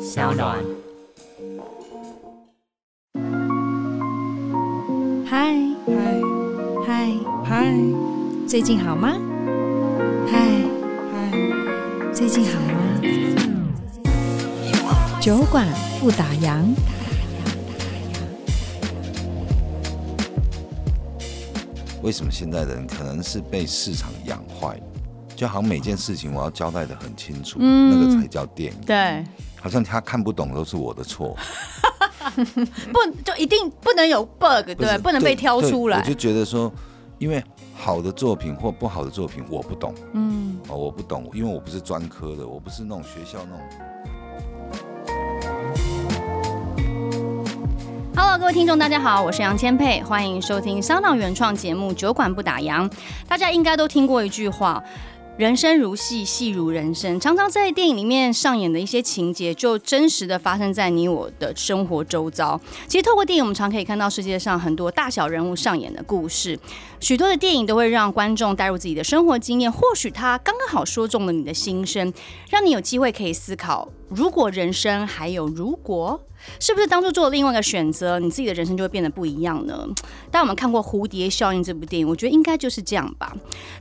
小暖。嗨嗨嗨，嗨最近好吗？嗨，嗨，最近好吗？酒馆不打烊。为什么现在的人可能是被市场养坏？就好像每件事情我要交代的很清楚，嗯那个才叫电影。对，好像他看不懂都是我的错，不就一定不能有 bug，对不是对，不能被挑出对我来就。觉得说，因为好的作品或不好的作品我不懂嗯，哦，我不懂，因为我不是专科的，我不是那种学校那种 Hello，各位听众，大家好，我是杨千佩，欢迎收听香港原创节目《酒馆不打烊》。大家应该都听过一句话。人生如戏，戏如人生。常常在电影里面上演的一些情节，就真实的发生在你我的生活周遭。其实透过电影，我们常可以看到世界上很多大小人物上演的故事。许多的电影都会让观众带入自己的生活经验，或许它刚刚好说中了你的心声，让你有机会可以思考：如果人生还有如果，是不是当初做了另外一个选择，你自己的人生就会变得不一样呢？但我们看过《蝴蝶效应》这部电影，我觉得应该就是这样吧。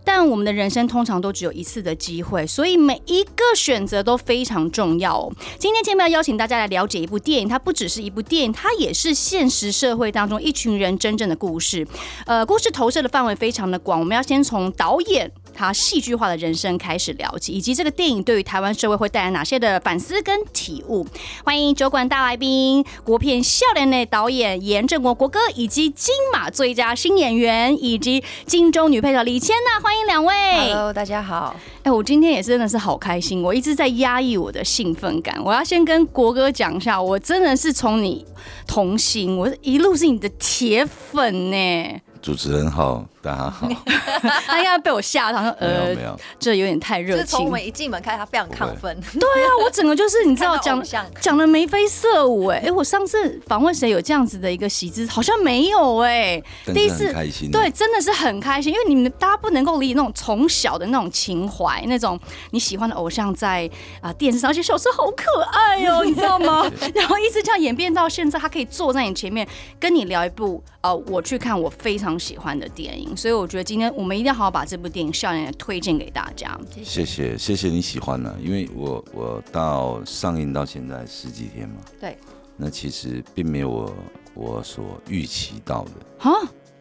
但我们的人生通常都只有一次的机会，所以每一个选择都非常重要哦。今天节目要邀请大家来了解一部电影，它不只是一部电影，它也是现实社会当中一群人真正的故事。呃，故事投射的范围非常的广，我们要先从导演。他戏剧化的人生开始聊起，以及这个电影对于台湾社会会带来哪些的反思跟体悟。欢迎酒馆大来宾、国片《笑脸》的导演严正国国歌，以及金马最佳新演员以及金钟女配角李千娜，欢迎两位。 Hello，大家好。哎、我今天也真的是好开心，我一直在压抑我的兴奋感。我要先跟国哥讲一下，我真的是从你同行，我一路是你的铁粉呢、主持人好，大 家好，没他应该被我吓到，他说有呃 没，有，这有点太就是热从情我。们一进门开始，他非常亢奋，对啊，我整个就是你知道看到讲偶像讲的眉飞色舞哎、哎、我上次访问谁有这样子的一个喜姿，好像没有哎、但第一是次很开心，啊对，，真的是很开心，因为你们大家不能够理解那种从小的那种情怀，那种你喜欢的偶像在啊、电视上，而且小时候好可爱哦，你知道 吗？然后一直这样演变到现在，他可以坐在你前面跟你聊一部呃，我去看我非常喜欢的电影，所以我觉得今天我们一定要好好把这部电影《少年》推荐给大家。谢谢谢谢你喜欢了、因为我我到上映到现在十几天嘛，对，那其实并没有我我所预期到的。啊，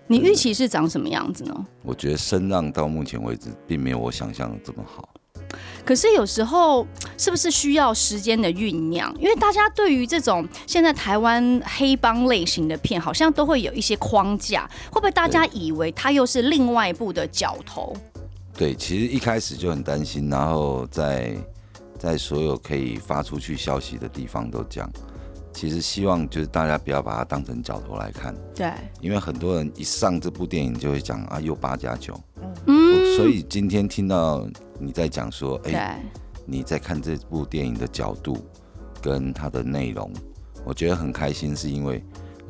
你预期是长什么样子呢？我觉得声浪到目前为止并没有我想象的这么好。可是有时候是不是需要时间的酝酿？因为大家对于这种现在台湾黑帮类型的片，好像都会有一些框架，会不会大家以为它又是另外一部的角头？对，其实一开始就很担心，然后在在所有可以发出去消息的地方都讲，其实希望就是大家不要把它当成角头来看，对，因为很多人一上这部电影就会讲啊又八加九，嗯，哦所以今天听到你在讲说，哎、对，你在看这部电影的角度跟它的内容，我觉得很开心，是因为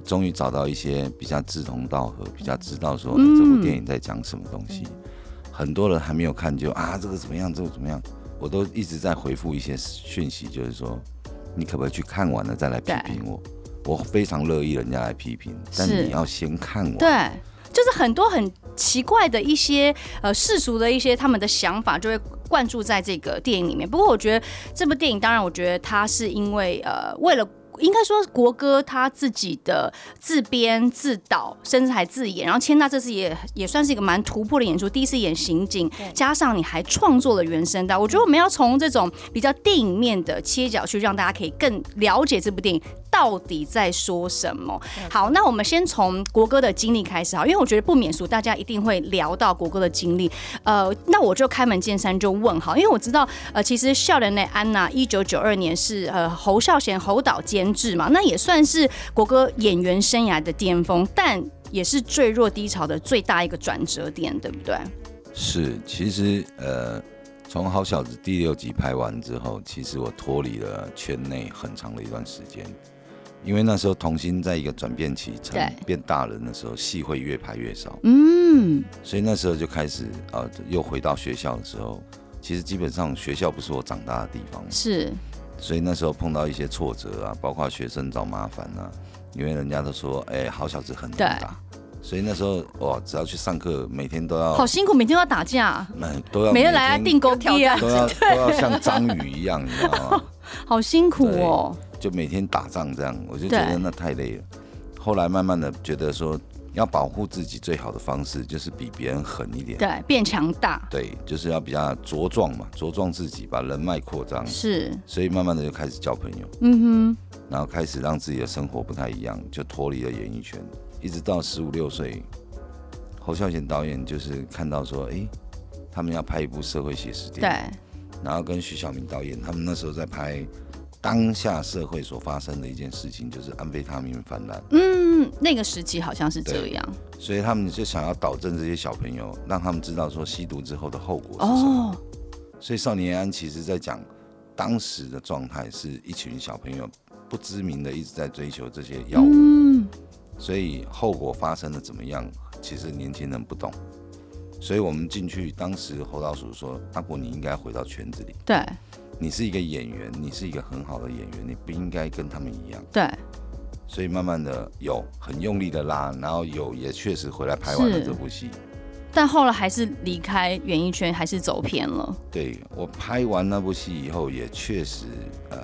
终于找到一些比较志同道合、比较知道说、哎嗯这部电影在讲什么东西。很多人还没有看就啊这个怎么样，这个怎么样，我都一直在回复一些讯息，就是说你可不可以去看完了再来批评我？我非常乐意人家来批评，但是你要先看完。对。就是很多很奇怪的一些呃世俗的一些他们的想法，就会灌注在这个电影里面。不过我觉得这部电影，当然我觉得它是因为呃为了。应该说，国歌他自己的自编自导，甚至还自演。然后千娜这次也也算是一个蛮突破的演出，第一次演刑警，加上你还创作了原声带。我觉得我们要从这种比较电影面的切角去，让大家可以更了解这部电影到底在说什么。好，那我们先从国歌的经历开始哈，因为我觉得不免俗，大家一定会聊到国歌的经历。呃，那我就开门见山就问好，因为我知道，呃，其实笑人的安娜一九九二年是呃侯孝贤侯导监制嘛，那也算是国歌演员生涯的巅峰，但也是坠落低潮的最大一个转折点，对不对？是，其实呃，从《好小子》第六集拍完之后，其实我脱离了圈内很长的一段时间，因为那时候童星在一个转变期，成对变大人的时候，戏会越排越少，嗯，所以那时候就开始呃，又回到学校的时候，其实基本上学校不是我长大的地方嘛，是所以那时候碰到一些挫折啊，包括学生找麻烦啊，因为人家都说，哎、好小子很能对打，所以那时候哇，只要去上课，每天都要好，辛苦，每天都要打架，那、都要每天来啊定狗 挑地啊，都要都要像章鱼一样，你知道 吗？好辛苦哦。就每天打仗这样，我就觉对得那太累了。后来慢慢的觉得说，要保护自己最好的方式就是比别人狠一点，对，变强大对，就是要比较茁壮嘛，茁壮自己，把人脉扩张。是，所以慢慢的就开始交朋友，嗯然后开始让自己的生活不太一样，就脱离了演艺圈，一直到十五六岁，侯孝贤导演就是看到说，哎、他们要拍一部社会写实哼，电影，对，然后跟徐晓明导演他们那时候在拍当下社会所发生的一件事情，就是安非他命泛滥，嗯，那个时期好像是这样所以他们就想要导正这些小朋友，让他们知道说吸毒之后的后果是什么。哦，所以少年安其实在讲当时的状态，是一群小朋友不知名的一直在追求这些药物，嗯，所以后果发生的怎么样，其实年轻人不懂。所以我们进去，当时侯老鼠说：“阿伯，你应该回到圈子里。对你是一个演员，你是一个很好的演员，你不应该跟他们一样。对，”所以慢慢的有很用力的拉，然后有也确实回来拍完了是这部戏。但后来还是离开演艺圈，还是走偏了，对我拍完那部戏以后，也确实呃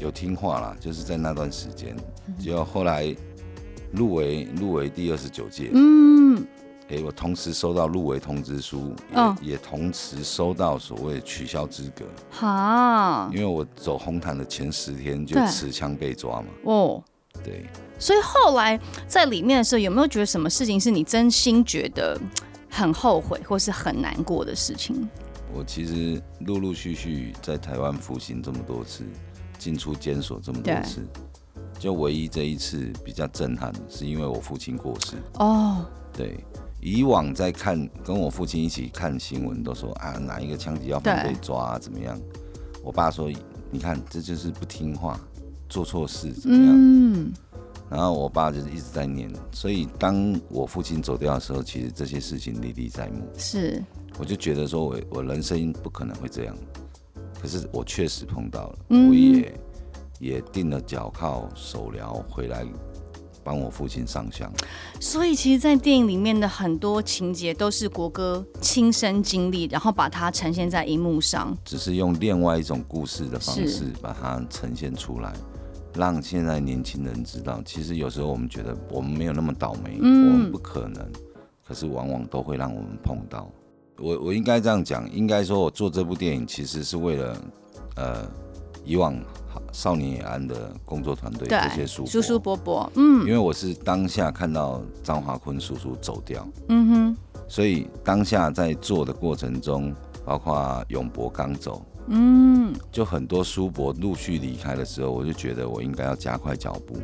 有听话啦，就是在那段时间，结果后来入围入围第二十九届，嗯，诶，我同时收到入围通知书，也、嗯也同时收到所谓取消资格，哦好因为我走红毯的前十天就对持枪被抓嘛，哦。对，所以后来在里面的时候，有没有觉得什么事情是你真心觉得嗯很后悔或是很难过的事情？我其实陆陆续续在台湾服刑这么多次，进出监所这么多对次，就唯一这一次比较震撼，是因为我父亲过世。哦，对，以往在看跟我父亲一起看新闻，都说啊哪一个枪击要犯对被抓、啊、怎么样？我爸说，你看这就是不听话，做错事怎么样？嗯，然后我爸就是一直在念，所以当我父亲走掉的时候，其实这些事情历历在目。是我就觉得说我我人生不可能会这样，可是我确实碰到了，嗯我也也定了脚铐、手镣回来帮我父亲上香。所以，其实，在电影里面的很多情节都是国歌亲身经历，然后把它呈现在荧幕上。只是用另外一种故事的方是式把它呈现出来，让现在年轻人知道，其实有时候我们觉得我们没有那么倒霉，嗯我们不可能，可是往往都会让我们碰到。我我应该这样讲，应该说我做这部电影其实是为了，呃，以往少年也安的工作团队对这些叔，伯叔叔伯伯，嗯因为我是当下看到张华坤叔叔走掉，嗯哼，所以当下在做的过程中，包括永博刚走，嗯，就很多叔伯陆续离开的时候，我就觉得我应该要加快脚步。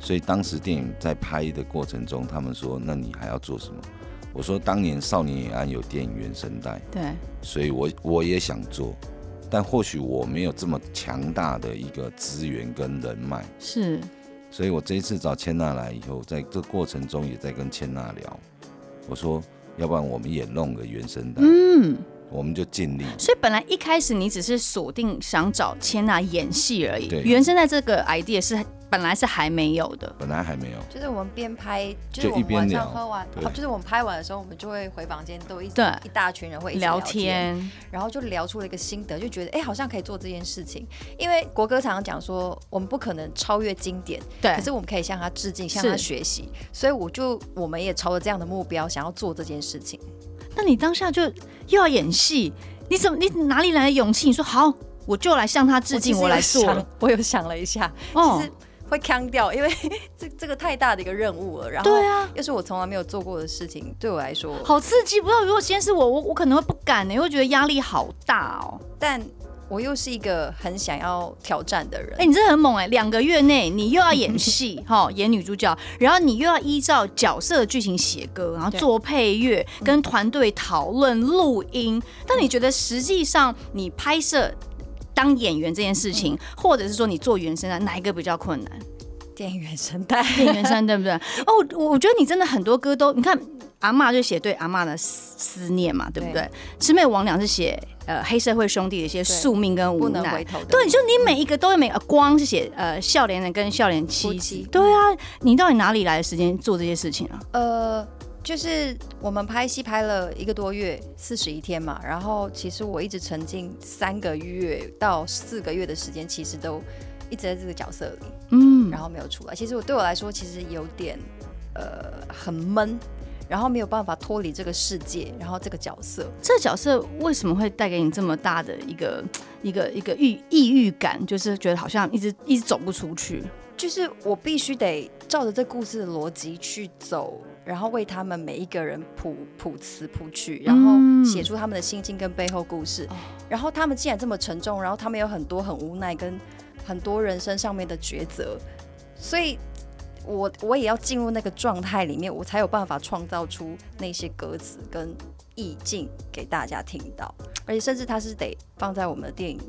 所以当时电影在拍的过程中，他们说：“那你还要做什么？”我说：“当年《少年也安》有电影原声带，对，所以我我也想做，但或许我没有这么强大的一个资源跟人脉，是所以我这一次找千娜来以后，在这过程中也在跟千娜聊，我说：要不然我们也弄个原声带，嗯。我们就尽力。”所以本来一开始你只是锁定想找千娜演戏而已，对原生在这个 idea 是本来是还没有的。本来还没有，就是我们边拍，就是就我一们边晚聊上喝完，对哦就是我们拍完的时候，我们就会回房间，都一对一大群人会一起聊天，天，然后就聊出了一个心得，就觉得哎、好像可以做这件事情。因为国歌常常讲说，我们不可能超越经典，对可，是我们可以向他致敬，向是他学习。所以我就我们也朝着这样的目标，想要做这件事情。那你当下就又要演戏，你怎么你哪里来的勇气？你说好，我就来向他致敬，我来做了。。我有想了一下，哦其实会腔掉，因为 这这个太大的一个任务了。然后对啊，又是我从来没有做过的事情，对我来说，好刺激！不知道如果先是我，我我可能会不敢欸呢、因为觉得压力好大哦。但我又是一个很想要挑战的人。哎、你真的很猛哎、两个月内你又要演 戏哈、演女主角，然后你又要依照角色的剧情写歌，然后对做配乐，跟团队讨论录音。但你觉得实际上你拍摄？当演员这件事嗯情，或者是说你做原声啊，哪一个比较困难？电影原声带，电原声对 不对？哦，我我觉得你真的很多歌都，你看阿嬷就写对阿嬷的思思念嘛，对不对？魑魅魍魉是写呃黑社会兄弟的一些宿命跟无 不能回奈。头的。对，就你每一个都有每呃光是写呃笑脸人跟笑脸妻夫子妻，对啊，你到底哪里来的时间做这些事情啊？呃，就是我们拍戏拍了一个多月，四十一天嘛，然后其实我一直沉浸三个月到四个月的时间，其实都一直在这个角色里，嗯，然后没有出来。其实我对我来说，其实有点呃很闷，然后没有办法脱离这个世界，然后这个角色。这角色为什么会带给你这么大的一个一个一个抑抑郁感？就是觉得好像一直一直走不出去。就是我必须得照着这故事的逻辑去走，然后为他们每一个人谱谱词谱曲，然后嗯写出他们的心境跟背后故事。哦然后他们既然这么沉重，然后他们有很多很无奈跟很多人生上面的抉择，所以我我也要进入那个状态里面，我才有办法创造出那些歌词跟意境给大家听到。而且甚至它是得放在我们的电影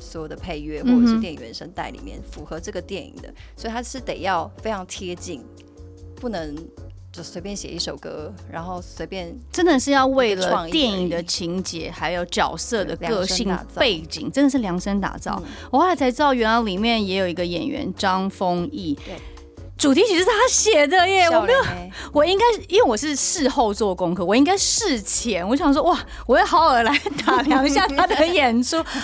所有的配乐或者嗯是哼电影原声带里面，符合这个电影的，所以它是得要非常贴近，不能就随便写一首歌，然后随便真的是要为一个了创意电影的情节，还有角色的个性量身打造背景，真的是量身打造。嗯我后来才知道，原来里面也有一个演员张丰毅，对，主题曲是他写的耶。我笑没有，脸欸我应该因为我是事后做功课，我应该事前我想说，哇，我要好好来打量一下他的演出。我觉得大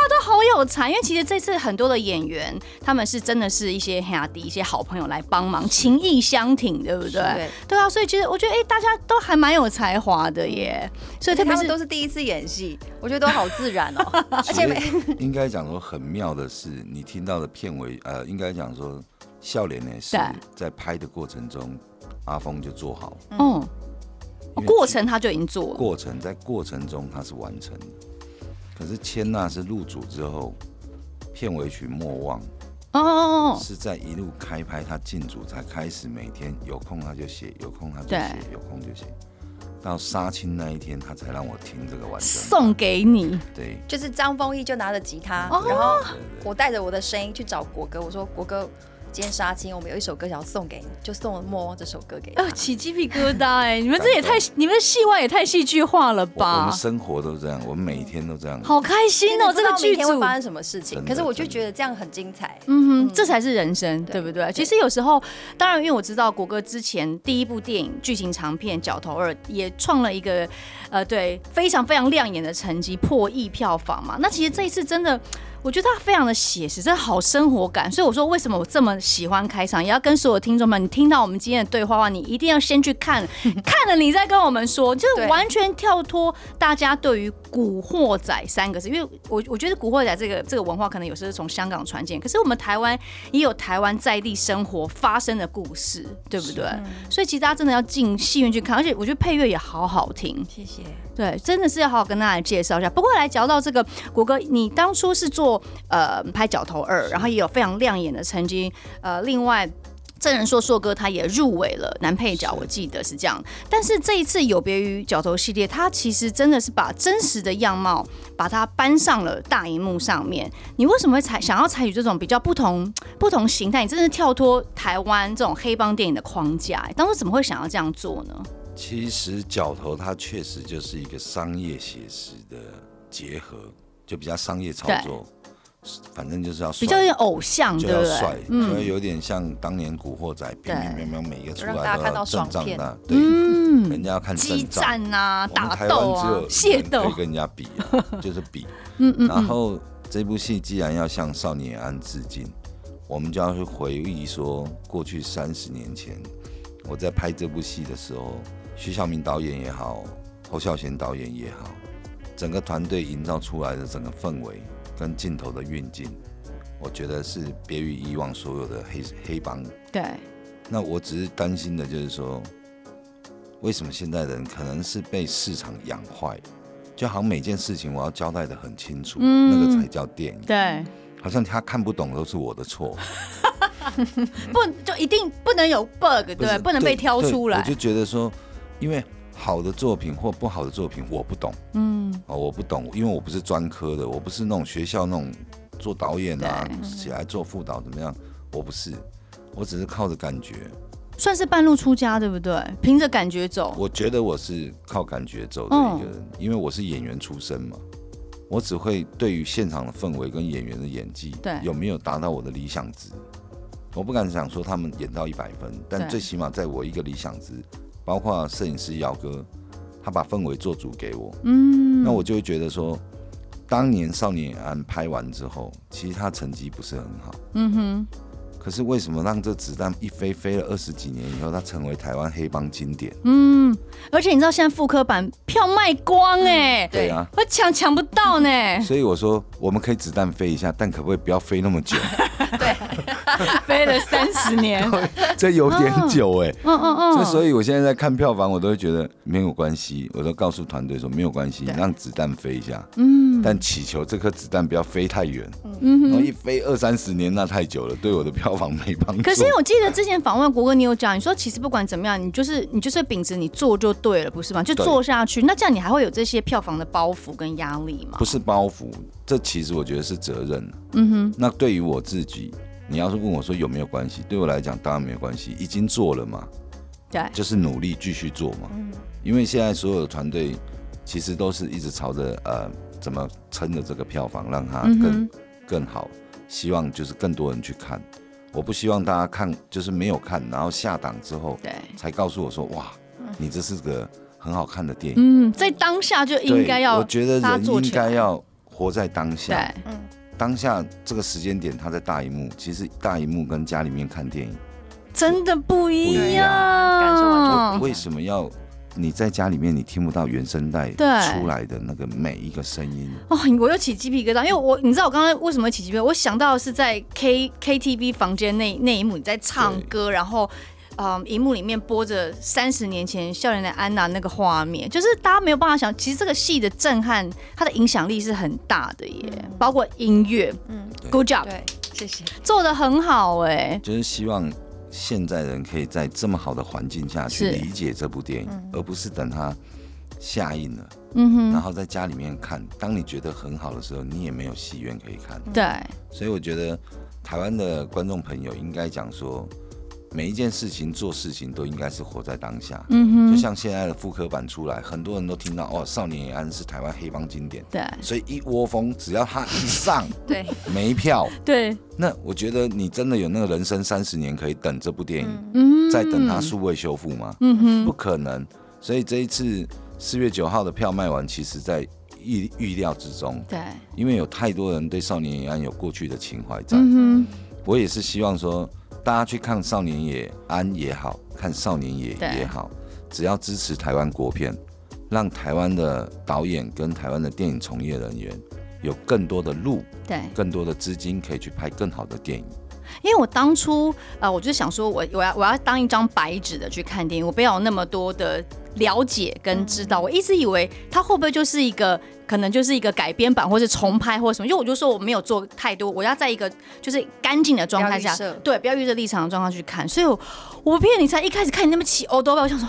家都好有才，因为其实这次很多的演员，他们是真的是一些黑阿迪一些好朋友来帮忙，情义相挺，对不对？对，对啊，所以其实我觉得，哎、大家都还蛮有才华的耶。所以特别他是们都是第一次演戏，我觉得都好自然 哦，而且每应该讲说很妙的是，你听到的片尾，呃，应该讲说笑脸呢是对在拍的过程中，阿峰就做好了嗯，因为过程他就已经做了，过程，在过程中他是完成的。可是千娜是入组之后，片尾曲《莫忘哦哦》哦，是在一路开拍，他进组才开始每天有空他就写，有空他就写，有空就写。到杀青那一天，他才让我听这个完整版。送给你，对，就是张丰毅就拿着吉他，哦然后对对对我带着我的声音去找国哥，我说国哥。今天杀青，我们有一首歌想要送给你，就送了《莫忘》这首歌给你。哦，起鸡皮疙瘩哎、你们这也太，你们的戏外也太戏剧化了我我吧们？生活都这样，我们每天都这样。好开心哦、不这知道个剧明天会组。发生什么事情，真的可是我就真的觉得这样很精彩。嗯哼，嗯这才是人生，对对不对？对其实有时候，当然，因为我知道国哥之前第一部电影剧情长片《角头二》也创了一个，呃，对，非常非常亮眼的成绩，破亿票房嘛。那其实这一次真的。我觉得他非常的写实，真的好生活感，所以我说为什么我这么喜欢开场，也要跟所有听众们，你听到我们今天的对话话，你一定要先去看，看了你再跟我们说，就是对完全跳脱大家对于“古惑仔”三个字，因为我我觉得“古惑仔”这个这个文化可能有时候是从香港传进来，可是我们台湾也有台湾在地生活发生的故事，对不对？所以其实大家真的要进戏院去看，而且我觉得配乐也好好听，谢谢。对，真的是要好好跟大家介绍一下。不过来聊到这个国哥，你当初是做呃拍《角头二》，然后也有非常亮眼的成绩，呃，另外。证人说硕哥他也入围了男配角，是我记得是这样。但是这一次有别于角头系列，他其实真的是把真实的样貌把它搬上了大荧幕上面。你为什么会采想要采取这种比较不同不同形态？你真的是跳脱台湾这种黑帮电影的框架、当初怎么会想要这样做呢？其实角头它确实就是一个商业写实的结合，就比较商业操作，反正就是要帅比较有点偶像，就对不要对？嗯帅，所以有点像当年古惑仔，对乒乒乓乓每一个出就让大来家都看到要爽正仗片的，对，嗯，人家要看激正仗。战啊，我们打台斗湾只啊有，械人可斗以，跟人家比 啊，就是比。嗯嗯然嗯，后这部戏既然要向少年安致敬，我们就要去回忆说，过去三十年前我在拍这部戏的时候，徐晓明导演也好，侯孝贤导演也好，整个团队营造出来的整个氛围跟镜头的运镜，我觉得是别于以往所有的黑黑帮。对，那我只是担心的就是说，为什么现代人可能是被市场养坏了？就好像每件事情我要交代的很清楚，嗯那个才叫电影。对，好像他看不懂都是我的错，不就一定不能有 bug，是对，不能被挑出对我来就，觉得说，因为好的作品或不好的作品我不懂嗯，哦，我不懂，因为我不是专科的，我不是那种学校那种做导演啊，起来做副导怎么样，我不是，我只是靠着感觉，算是半路出家，对不对？凭着感觉走，嗯我觉得我是靠感觉走的一个人，因为我是演员出身嘛，我只会对于现场的氛围跟演员的演技，对有没有达到我的理想值。我不敢想说他们演到一百分，但对最起码在我一个理想值，包括摄影师姚哥，他把氛围做足给我，嗯，那我就会觉得说，当年《少年野案》拍完之后，其实他成绩不是很好，嗯哼，可是为什么让这子弹一飞飞了二十几年以后，它成为台湾黑帮经典？嗯，而且你知道现在复刻版票卖光哎、对啊，我抢抢不到呢、所以我说我们可以子弹飞一下，但可不可以不要飞那么 久？飞了三十年， 这有点久哎、嗯嗯嗯，所以，所以我现在在看票房，我都会觉得没有关系，我都告诉团队说没有关系，对让子弹飞一下，嗯但祈求这颗子弹不要飞太远。嗯然后哼。一飞二三十年，那太久了，对我的票房没帮助。可是我记得之前访问国哥，你有讲，你说其实不管怎么样，你就是你就是秉持你做就对了，不是吗？就对做下去，那这样你还会有这些票房的包袱跟压力吗不？是包袱，这其实我觉得是责任。嗯哼，那对于我自己，你要是问我说有没有关系，对我来讲当然没有关系，已经做了嘛，对，就是努力继续做嘛。嗯，因为现在所有的团队其实都是一直朝着呃怎么撑着这个票房，让它嗯更、哼，更好，希望就是更多人去看。我不希望大家看就是没有看，然后下档之后对，才告诉我说哇，你这是个很好看的电影。嗯，在当下就对应该要我觉得把它人做应起该来要活在当下。对，当下这个时间点，他在大荧幕，其实大荧幕跟家里面看电影，真的不一不一样，样感受完全嗯为什么要你在家里面你听不到原声带对出来的那个每一个声音？哦，我又起鸡皮疙瘩，因为我你知道我刚刚为什么会起鸡皮疙瘩？我想到的是在 K K T V 房间那那一幕，你在唱歌，然后。嗯，荧幕里面播着三十年前校园的安娜那个画面，就是大家没有办法想，其实这个戏的震撼，它的影响力是很大的耶，包括音乐，嗯嗯，Good job，对，谢谢。做的很好哎、就是希望现在人可以在这么好的环境下去是理解这部电影，而不是等它下映了，嗯然哼，后在家里面看。当你觉得很好的时候，你也没有戏院可以看。对，所以我觉得台湾的观众朋友应该讲说，每一件事情做事情都应该是活在当下。嗯就哼，像现在的复刻版出来，很多人都听到哦，《少年野安》是台湾黑帮经典，对所以一窝蜂，只要他一 上对，没票，对，那我觉得你真的有那个人生三十年可以等这部电影，嗯，再等它，数位修复吗？嗯哼，不可能。所以这一次四月九号的票卖完，其实在预预料之中，对，因为有太多人对《少年野安》有过去的情怀在。嗯哼，我也是希望说，大家去看《少年野安》也好看，《少年野对》也好，只要支持台湾国片，让台湾的导演跟台湾的电影从业人员有更多的路、对。更多的资金可以去拍更好的电影。因为我当初呃，我就想说我我要我要当一张白纸的去看电影，我不要有那么多的了解跟知道。我一直以为它会不会就是一个可能就是一个改编版或是重拍或什么，因为我就说我没有做太多，我要在一个就是干净的状态下不要预设，对，不要预设立场的状况去看。所以我我不骗你，才一开始看你那么起欧多吧，我想说。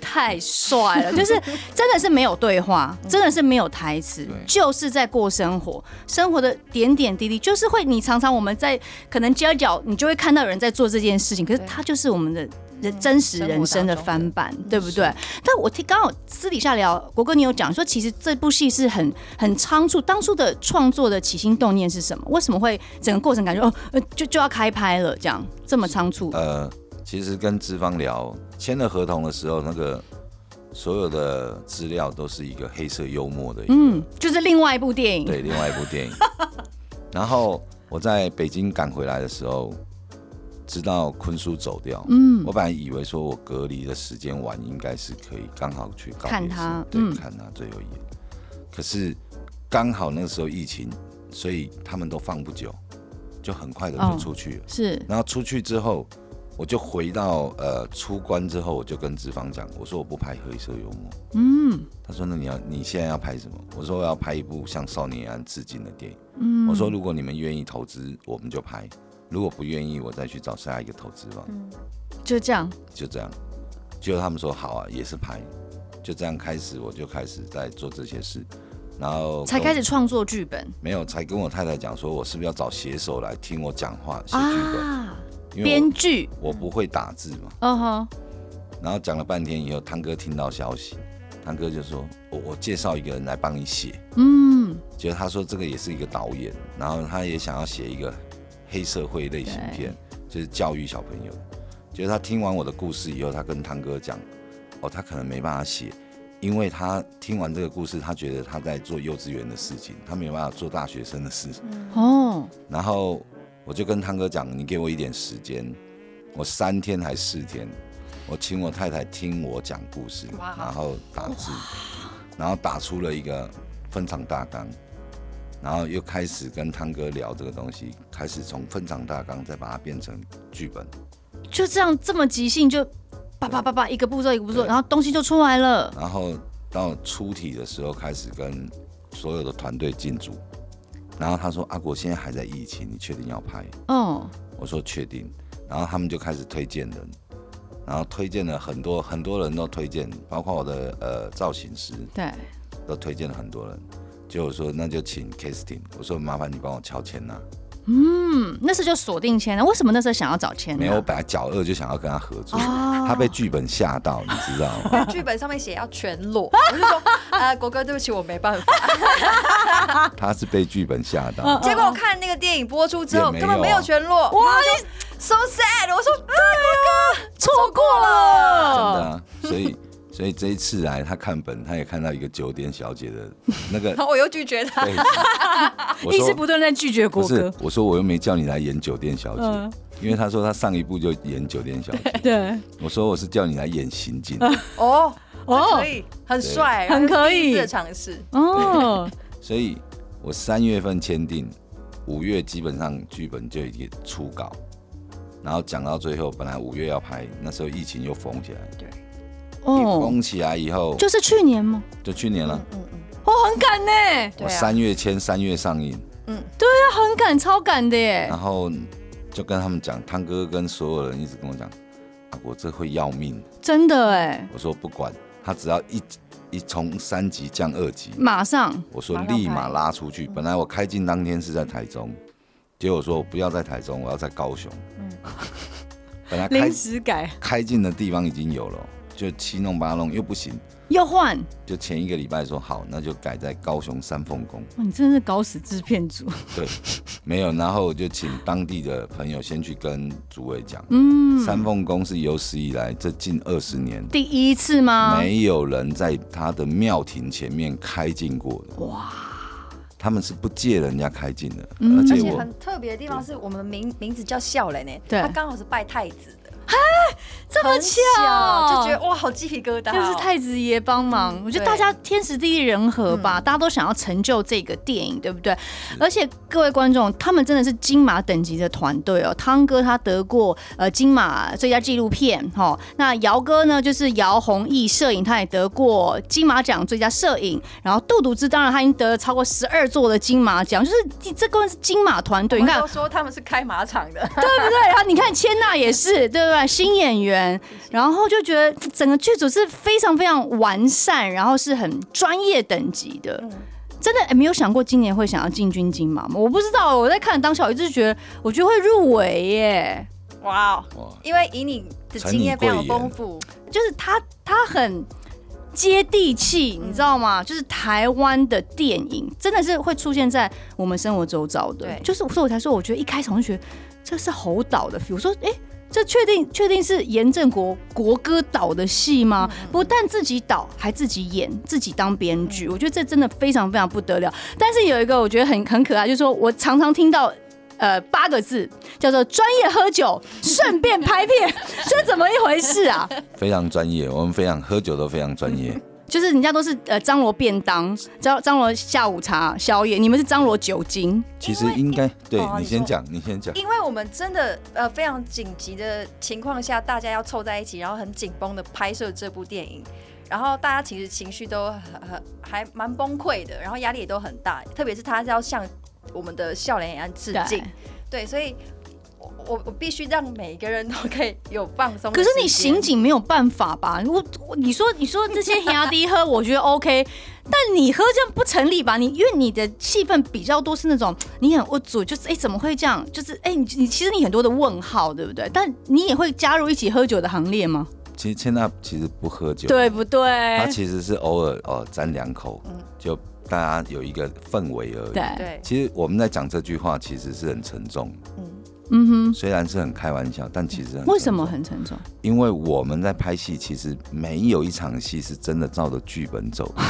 太帅了，就是真的是没有对话，真的是没有台词对，就是在过生活，生活的点点滴滴，就是会你常常我们在可能街角，你就会看到有人在做这件事情，可是对它就是我们的人真实人生的翻版，对不对？但我听刚好私底下聊，国哥你有讲说，其实这部戏是很很仓促，当初的创作的起心动念是什么？为什么会整个过程感觉哦，呃就就要开拍了，这样这么仓促？呃，其实跟资方聊签了合同的时候，那个所有的资料都是一个黑色幽默的一个嗯，就是另外一部电影，对，另外一部 电影。然后我在北京赶回来的时候，直到坤叔走掉，嗯，我本来以为说我隔离的时间晚，应该是可以刚好去告别看式他对，嗯看他最后一眼。可是刚好那个时候疫情，所以他们都放不久，就很快的哦就出去了。是然后出去之后，我就回到呃出关之后，我就跟志芳讲，我说我不拍黑色幽默。嗯，他说那你要你现在要拍什么？我说我要拍一部向少年安致敬的电影。嗯，我说如果你们愿意投资，我们就拍；如果不愿意，我再去找下一个投资方。嗯就这样，就这样，结果他们说好啊，也是拍。就这样开始，我就开始在做这些事，然后才跟开我始创作剧本没有，才跟我太太讲说，我是不是要找写手来听我讲话写剧本？啊，因为编剧，我我不会打字嘛。嗯哼，然后讲了半天以后，汤哥听到消息，汤哥就说：“我我介绍一个人来帮你写。嗯，”就他说这个也是一个导演，然后他也想要写一个黑社会类型片，就是教育小朋友。就是他听完我的故事以后，他跟汤哥讲，哦，他可能没办法写，因为他听完这个故事，他觉得他在做幼稚园的事情，他没有办法做大学生的事情。哦，然后我就跟汤哥讲，你给我一点时间，我三天还四天，我请我太太听我讲故事，哇然后打字，然后打出了一个分场大纲，然后又开始跟汤哥聊这个东西，开始从分场大纲再把它变成剧本。就这样这么即兴就。叭叭叭叭，一个步骤一个步骤，对然后东西就出来了。然后到出题的时候开始跟所有的团队进组，然后他说：“阿国现在还在疫情，你确定要拍？”哦，我说确定，然后他们就开始推荐人，然后推荐了很多很多人都推荐，包括我的呃造型师对，都推荐了很多人。结果说那就请 casting，我说麻烦你帮我敲签呐、嗯，那时候就锁定签了。为什么那时候想要找签呢？没有，我本来脚二就想要跟他合作，啊哦他被剧本吓到，你知道吗？ 剧本上面写要全裸，我就说，呃，国哥，对不起，我没办法。他是被剧本吓到。 结果我看那个电影播出之后，也没有根本没有全裸，哇，so 啊 sad。我说，对，国哥，错过真了。的啊，所以所以这一次来，他看本，他也看到一个九点小姐的那个 然后我又拒绝他。 背景，我一说直不断地在拒绝不国是歌。，我说我又没叫你来演酒店小姐，嗯因为他说他上一部就演酒店小 姐，对，我说我是叫你来演刑警，哦，哦哦，可以，很嗯帅，很可以第一次的尝试。哦，所以我三月份签订，五月基本上剧本就已经初稿，然后讲到最后，本来五月要拍，那时候疫情又封起来，对，一哦，封起来以后就是去年吗？就去年了，嗯嗯，哦，很赶呢，对我对啊三月签，三月上映，啊，很赶，超赶的耶然。后就跟他们讲，汤哥跟所有人一直跟我讲，啊，我这会要命，真的哎，我说不管，他只要一一从三级降二级。嗯马上我说马上立马拍拉出去。本来我开镜当天是在台中，结果我说我不要在台中，我要在高雄。本来开临时改开镜的地方已经有了，就七弄八弄又不行，又换，就前一个礼拜说好，那就改在高雄三凤宫。哇你真的是搞死制片组。对，没有，然后我就请当地的朋友先去跟主委讲，嗯，三凤宫是有史以来这近二十年。第一次吗？没有人在他的庙庭前面开镜过的，哇，他们是不借人家开镜的，嗯而而且且我很特别的地方是我们名名字叫笑脸呢，对他刚好是拜太子的，这么很巧小就觉得哇，好鸡皮疙瘩哦，就是太子爷帮忙，嗯我觉得对嗯大家天时地利人和吧，大家都想要成就这个电影，对不对？而且各位观众，他们真的是金马等级的团队哦。汤哥他得过呃金马最佳纪录片，哈、那姚哥呢就是姚弘毅摄影，他也得过金马奖最佳摄影。然后杜笃之当然他已经得了超过十二座的金马奖，就是这个是金马团队，我你们看都说他们是开马场的，对不对？然后你看千娜也是，对不对？新演员，然后就觉得整个剧组是非常非常完善，然后是很专业等级的。真的诶没有想过今年会想要进军金马吗？我不知道，我在看当下我一直觉得，我觉得会入围耶， 哇哦，哇，因为以你的经验非常丰富，就是他他很。接地气，你知道吗？就是台湾的电影，真的是会出现在我们生活周遭的。对就是所以我才说，我觉得一开始我就觉得这是侯导的 feel。我说，哎、这确定确定是严正国国歌导的戏吗？不但自己导，还自己演，自己当编剧。我觉得这真的非常非常不得了。但是有一个我觉得很很可爱，就是说我常常听到。呃，八个字叫做专业喝酒，顺便拍片，这怎么一回事啊？非常专业，我们非常喝酒都非常专业。就是人家都是呃张罗便当、张张罗下午茶、宵夜，你们是张罗酒精，其实应该对哦你你先说讲，你先讲。因为我们真的呃非常紧急的情况下，大家要凑在一起，然后很紧绷的拍摄这部电影。然后大家其实情绪都很很还蛮崩溃的，然后压力也都很大，特别是他是要向我们的笑脸演案致敬，对，所以我我我必须让每个人都可以有放松的可时间。是你刑警没有办法吧？我我你说你说这些黑低喝，我觉得 OK，但你喝这样不成立吧？你因为你的气氛比较多是那种你很我主就是哎、怎么会这样？就是哎、你你其实你很多的问号对不对？但你也会加入一起喝酒的行列吗？其实千娜其实不喝酒，对不对？她其实是偶尔哦沾两口就大家有一个氛围而已。对，对，其实我们在讲这句话，其实是很沉重，嗯，嗯虽然是很开玩笑，但其实很哼，为什沉么重？很沉重？因为我们在拍戏，其实没有一场戏是真的照着剧本 走的，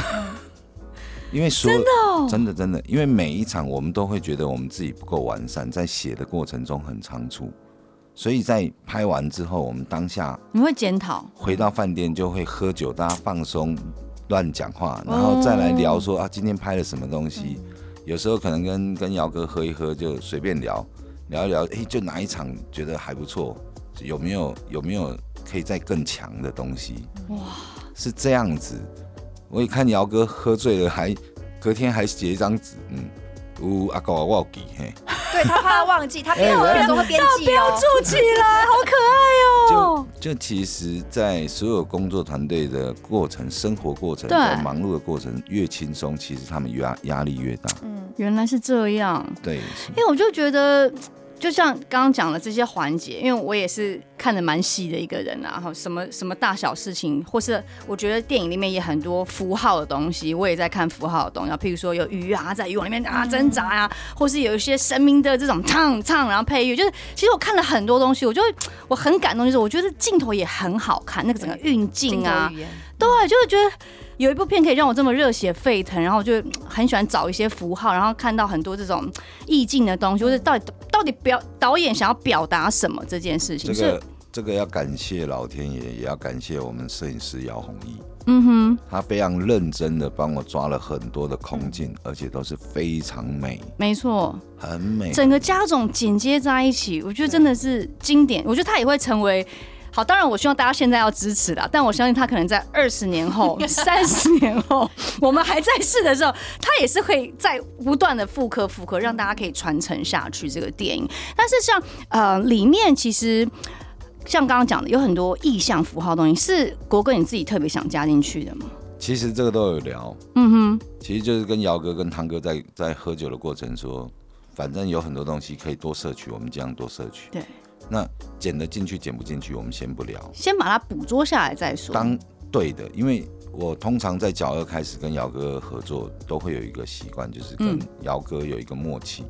因为所有真的哦真的，因为每一场我们都会觉得我们自己不够完善，在写的过程中很仓促，所以在拍完之后，我们当下你会检讨，回到饭店就会喝酒，大家放松，乱讲话，然后再来聊说、啊，今天拍了什么东西。有时候可能跟跟姚哥喝一喝，就随便聊聊一聊，诶，就哪一场觉得还不错，有没有有没有可以再更强的东西？哇，是这样子。我一看姚哥喝醉了还，隔天还写一张纸，嗯，呜阿狗啊，我有记嘿，对他怕他忘记，他边有人说会边记哦，住起来，好可爱就。就其实，在所有工作团队的过程、生活过程、对在忙碌的过程越轻松，其实他们压压力越大。嗯，原来是这样，对，因为我就觉得，就像刚刚讲的这些环节，因为我也是看的蛮细的一个人啊，哈，什么什么大小事情，或是我觉得电影里面也很多符号的东西，我也在看符号的东西，譬如说有鱼啊在渔网里面啊挣扎啊，或是有一些神明的这种唱唱，然后配乐，就是其实我看了很多东西，我就会我很感动，就是我觉得镜头也很好看，那个整个运镜啊，镜头语言对，就是觉得有一部片可以让我这么热血沸腾，然后我就嗯很喜欢找一些符号，然后看到很多这种嗯意境的东西，或者到底到底表导演想要表达什么这件事情。这是个这个要感谢老天爷，也要感谢我们摄影师姚弘毅，嗯哼，他非常认真的帮我抓了很多的空镜，而且都是非常美，没错，很美。整个加总剪接在一起，我觉得真的是经典。我觉得它也会成为。好，当然我希望大家现在要支持啦，但我相信他可能在二十年 后、三十年后，我们还在世的时候，他也是会在不断的复刻、复刻，让大家可以传承下去这个电影。但是像呃，里面其实像刚刚讲的，有很多意象符号的东西，是国哥你自己特别想加进去的吗？其实这个都有聊，嗯哼，其实就是跟姚哥跟汤哥在在喝酒的过程说，反正有很多东西可以多摄取，我们尽量多摄取。对，那剪得进去剪不进去，我们先不聊。先把它捕捉下来再说。当对的，因为我通常在角二开始跟姚哥合作，都会有一个习惯，就是跟嗯姚哥有一个默契，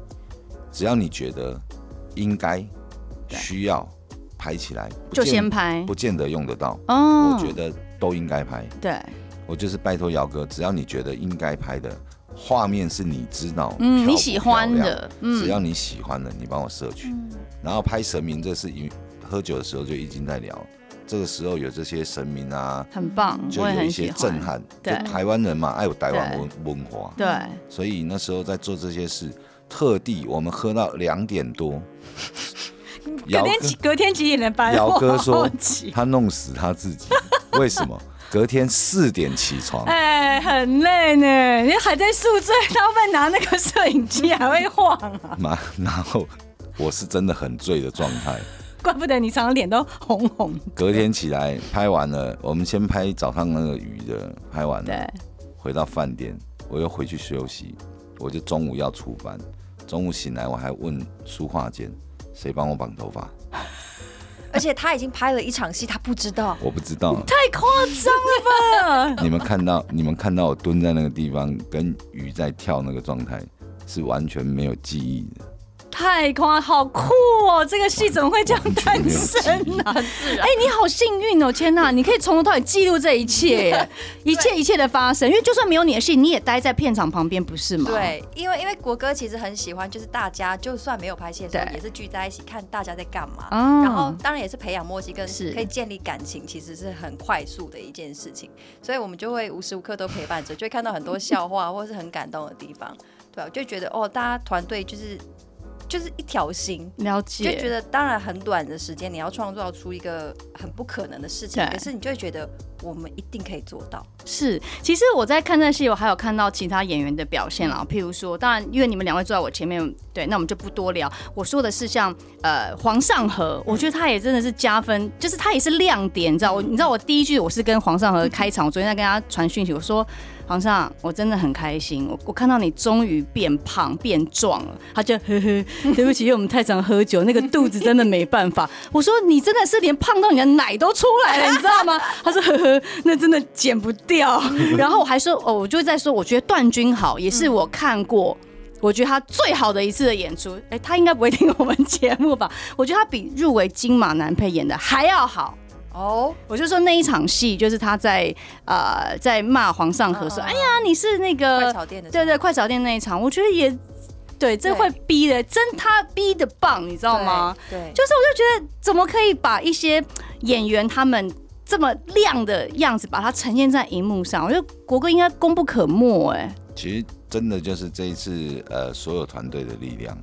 只要你觉得应该、对需要拍起来，不就见先，拍不见得用得到，哦我觉得都应该拍。对，我就是拜托姚哥，只要你觉得应该拍的画面是你知道，漂嗯，不你喜欢漂亮的，嗯，只要你喜欢的，你帮我摄取。然后拍神明，这是因喝酒的时候就已经在聊，这个时候有这些神明啊，很棒，就我也有一很喜些欢。震撼。就对台湾人嘛，爱有台湾文文化，对，所以那时候在做这些事，特地我们喝到两 点多。姚哥隔天几点的班姚哥我好说奇他弄死他自己，为什么？隔天四点起床， 哎，很累呢，你还在宿醉，他会拿那个摄影机还会晃啊， 妈，然后我是真的很醉的状态。怪不得你常常脸都红红。隔天起来拍完了，我们先拍早上那个鱼的，拍完了，对，回到饭店，我又回去休息，我就中午要出班。中午醒来，我还问书画间谁帮我绑头发，而且他已经拍了一场戏，他不知道，我不知道。太夸 张了吧？你们看到你们看到我蹲在那个地方，跟鱼在跳那个状态，是完全没有记忆的。太夸，好酷哦！这个戏怎么会这样诞生 呢、啊？哎、你好幸运哦，天呐，你可以从头到尾记录这一 切耶，一切一切的发生，因为就算没有你的戏，你也待在片场旁边，不是吗？，对，因为因为国歌其实很喜欢，就是大家就算没有拍戏的时候，对也是聚在一起看大家在干嘛。哦然后当然也是培养默契，跟是可以建立感情，其实是很快速的一件事情。所以我们就会无时无刻都陪伴着，就会看到很多笑话或是很感动的地方。对、啊，我就觉得哦，大家团队就是就是一条心。了就解，觉得，当然很短的时间，你要创造出一个很不可能的事情，对可是你就会觉得我们一定可以做到。是，其实我在看这戏，我还有看到其他演员的表现啦，譬如说，当然因为你们两位坐在我前面，对，那我们就不多聊。我说的是像呃黄尚和，我觉得他也真的是加分，就是他也是亮点，你知道我，你知道我第一句我是跟黄尚和开场，我昨天在跟他传讯息，我说皇上，我真的很开心，我我看到你终于变胖变壮了。他就呵呵， 对不起，因为我们太常喝酒，那个肚子真的没办法。我说你真的是连胖到你的奶都出来了，你知道吗？他说呵呵， 呃，那真的剪不掉。 然后我还说，哦，我就在说，我觉得段君好也是我看过。我觉得他最好的一次的演出，哎、他应该不会听我们节目吧？我觉得他比入围金马男配演的还要好。哦，我就说那一场戏，就是他在呃在骂皇上和说：“嗯嗯嗯哎呀，你是那快个炒店的时候呃对对快炒店那一场。”我觉得也对，这对会逼的，真他逼的棒，你知道吗？？对，就是我就觉得怎么可以把一些演员他们这么亮的样子，把它呈现在荧幕上？我觉得国歌应该功不可没哎、其实真的就是这一次呃所有团队的力量，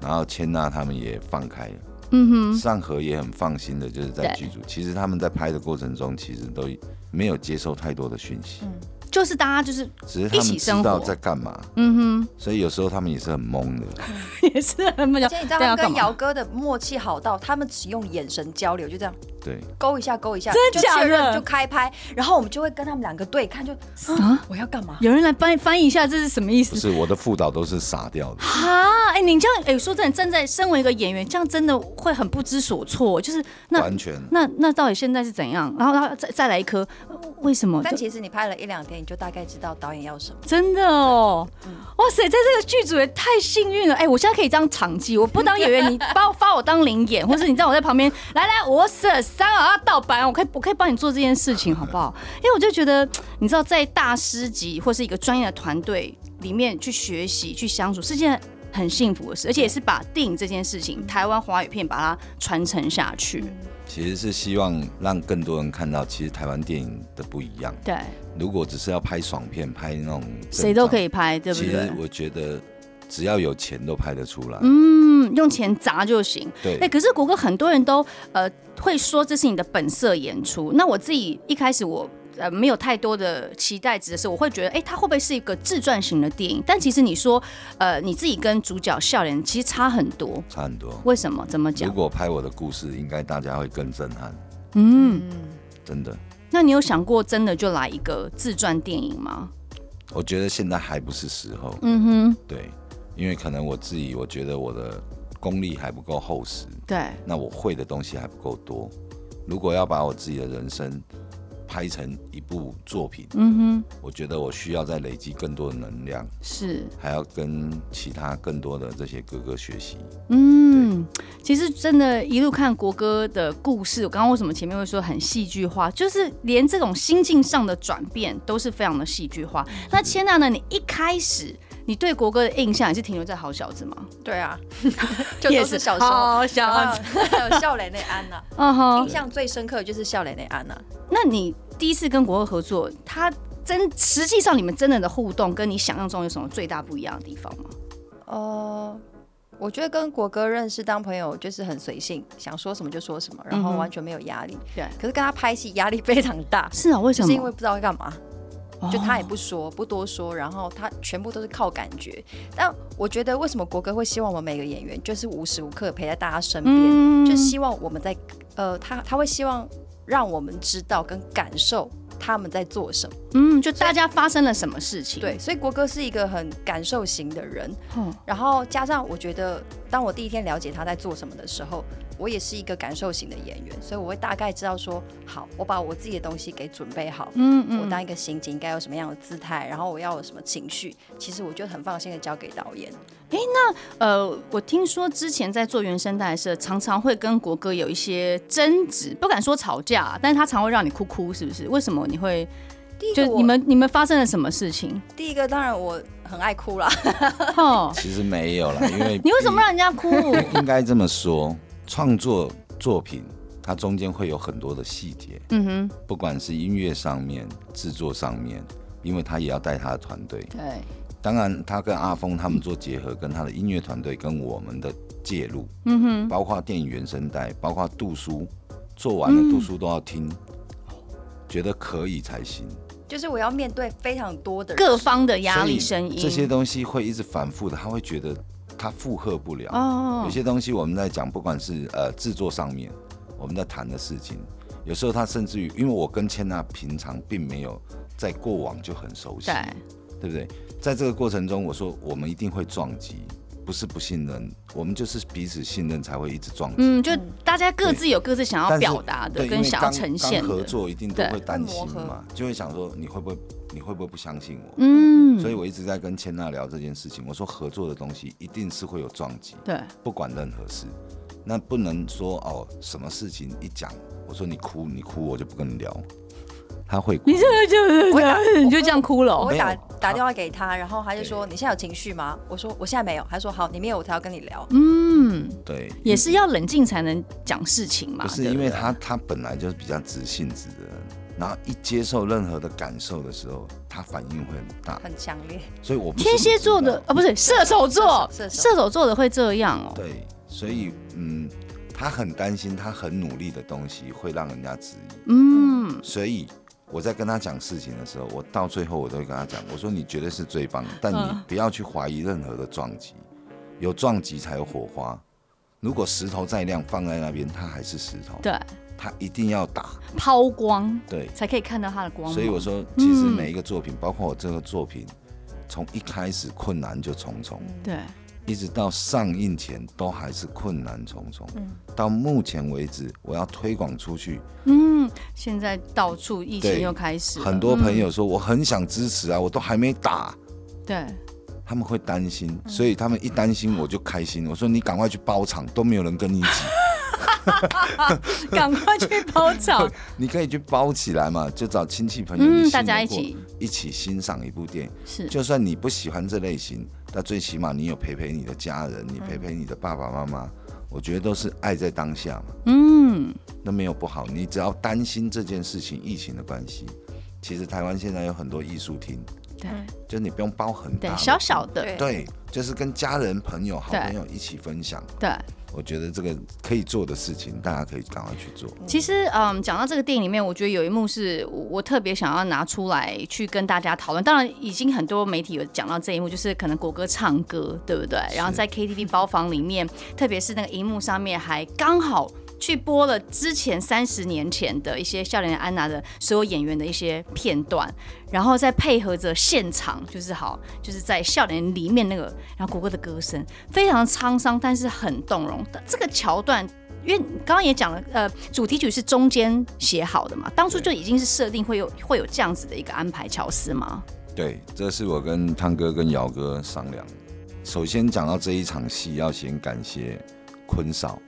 然后千娜他们也放开了，嗯哼，上河也很放心的，就是在对剧组，其实他们在拍的过程中，其实都没有接收太多的讯息，嗯就是大家就是 只是他一们起知生道活在干嘛，嗯所以有时候他们也是很懵的。哼，也是很没有而且你知道对啊他们干跟嘛姚哥的默契好到，他们只用眼神交流，就这样对，勾一下勾一下，真的就假的确认就开拍，然后我们就会跟他们两个对看，就啊啊，我要干嘛？有人来翻翻译一下这是什么意不思？是我的副导都是傻掉的，啊，哎、你这样，哎、说真的，站在身为一个演员，这样真的会很不知所措。就是 那完全那那到底现在是怎样？然后然后再再来一颗，呃为什么？但就其实你拍了一两天，你就大概知道导演要什么。真的哦嗯，哇塞，在这个剧组也太幸运了！哎、我现在可以当场记，我不当演员，你把我发我当零演， 或是你让我在旁边来来，我舍三啊盗版，我可以我可以帮你做这件事情，好不好？因为我就觉得，你知道，在大师级或是一个专业的团队里面去学习、去相处，是件很幸福的事，而且也是把电影这件事情，台湾华语片把它传承下去。其实是希望让更多人看到，其实台湾电影的不一样。对，如果只是要拍爽片，拍那种谁都可以，以拍，对不其对实？我觉得只要有钱都拍得出来。嗯，用钱砸就行。对哎、，可是国歌很多人都呃会说这是你的本色演出。那我自己一开始我呃没有太多的期待值的时候，我会觉得，哎、它会不会是一个自传型的电影？但其实你说，呃，你自己跟主角笑脸其实差很多，差很多。为什么？怎么如讲？果拍我的故事，应该大家会更震撼，嗯，嗯，真的。那你有想过真的就来一个自传电影吗？我觉得现在还不是时候，嗯哼，对，因为可能我自己，我觉得我的功力还不够厚实，对，那我会的东西还不够多。如果要把我自己的人生拍成一部作品，嗯哼，我觉得我需要再累积更多的能量，是。还要跟其他更多的这些哥哥学习。嗯，其实真的，一路看国歌的故事，我刚刚为什么前面会说很戏剧化，就是连这种心境上的转变都是非常的戏剧化。那千娜呢？你一开始你对国歌的印象也是停留在好小子吗？对啊， 就都是小时候。好小然子后。还有笑脸那安呐、嗯印哼，象最深刻的就是笑脸那安呐、那你第一次跟国歌合作，他真实际上你们真的的互动，跟你想象中有什么最大不一样的地方吗？呃，我觉得跟国哥认识当朋友就是很随性，想说什么就说什么，然后嗯哼完全没有压力。对可是跟他拍戏压力非常大，是啊，为什就么？是因为不知道要干嘛。就他也哦不说，不多说，然后他全部都是靠感觉。但我觉得为什么国歌会希望我们每个演员就是无时无刻陪在大家身边，嗯就希望我们在呃，他他会希望让我们知道跟感受他们在做什么。嗯，就大家发生了什么事情？对，，所以国歌是一个很感受型的人。哦然后加上我觉得，当我第一天了解他在做什么的时候，我也是一个感受型的演员，所以我会大概知道说，好，我把我自己的东西给准备好，嗯嗯，我当一个刑警应该有什么样的姿态，然后我要有什么情绪，其实我就很放心的交给导演。呃，我听说之前在做原声带的时候，常常会跟国歌有一些争执，不敢说吵架，但是他常会让你哭哭，是不是？为什么你会？第一就个我你们你们发生了什么事 情？第一个当然我很爱哭啦，哦，其实没有啦，因为 你为什么让人家哭？ 应该这么说，创作作品它中间会有很多的细节，嗯哼，不管是音乐上面、制作上面，因为他也要带他的团队。对，当然，他跟阿峰他们做结合，跟他的音乐团队跟我们的介入，嗯哼，包括电影原声带，包括杜叔，做完嗯了杜叔都要听，觉得可以才行。就是我要面对非常多 的人各方的压力所以声音这些东西会一直反复的，他会觉得他负荷不了。哦有，些东西我们在讲，不管是呃制作上面，我们在谈的事情，有时候他甚至于，因为我跟千娜平常并没有在过往就很熟悉对，，对不对？在这个过程中，我说我们一定会撞击，不不是不信任，我们就是彼此信任才会一直撞击。嗯，就大家各自有各自想要但是表达的对，跟因为想要刚呈刚现合的，作一定都对会担会磨心合嘛，就会想说你会不会你会不会不相信我？嗯，所以我一直在跟千娜聊这件事情，我说合作的东西一定是会有撞击，对，不管任何事，那不能说哦什么事情一讲，我说你哭你哭我就不跟你聊，他会哭你。这个就是我打你就这样哭了我哦、会打没有打电话给他，然后他就说：“对你现在有情绪吗？”我说：“我现在没有。”他说：“好，你没有，我才要跟你聊。嗯，对，也是要冷静才能讲事情嘛，不是对因为对他他本来就是比较直性子的人，然后一接受任何的感受的时候，他反应会很大”，很强烈，所以我不是天蝎座不的知道啊，不是射手座，射手射手座的会这样哦，对，所以嗯，他很担心他很努力的东西会让人家质疑，嗯，所以我在跟他讲事情的时候，我到最后我都会跟他讲，我说你绝对是最棒，但嗯你不要去怀疑任何的撞击，有撞击才有火花。如果石头再亮放在那边，它还是石头，对，它一定要打。抛光对，才可以看到他的光芒，所以我说，其实每一个作品，包括我这个作品，从一开始困难就重重，对，一直到上映前都还是困难重重。到目前为止，我要推广出去，嗯，现在到处疫情对又开始了，很多朋友说我很想支持啊，我都还没打，嗯对， 他们会担心，所以他们一担心我就开心。我说你赶快去包场，都没有人跟你 一起，赶快去包场，你可以去包起来嘛，就找亲戚朋友，嗯你信得大家一过起一起欣赏一部电影。 是，就算你不喜欢这类型，但最起码你有陪陪你的家人，你陪陪你的爸爸妈妈，我觉得都是爱在当下嘛，嗯，那没有不好。你只要担心这件事情，疫情的关系，其实台湾现在有很多艺术厅，对就你不用包很大嗯对，的小小的，对对，就是跟家人、朋友、好对朋友一起分享。对。我觉得这个可以做的事情，大家可以赶快去做。其实，嗯，讲到这个电影里面，我觉得有一幕是我我特别想要拿出来去跟大家讨论。当然，已经很多媒体有讲到这一幕，就是可能国歌唱歌，对不对？然后在 KTV 包房里面，特别是那个荧幕上面，还刚好去播了之前三十年前的一些笑脸安娜的所有演员的一些片段，然后再配合着现场，就是好，就是在笑脸里面那个，然后国歌的歌声非常沧桑，但是很动容。这个桥段因为你刚刚也讲了，呃，主题曲是中间写好的嘛，当初就已经是设定会有会有这样子的一个安排巧思嘛。对，这是我跟汤哥跟姚哥商量。首先讲到这一场戏，要先感谢坤嫂，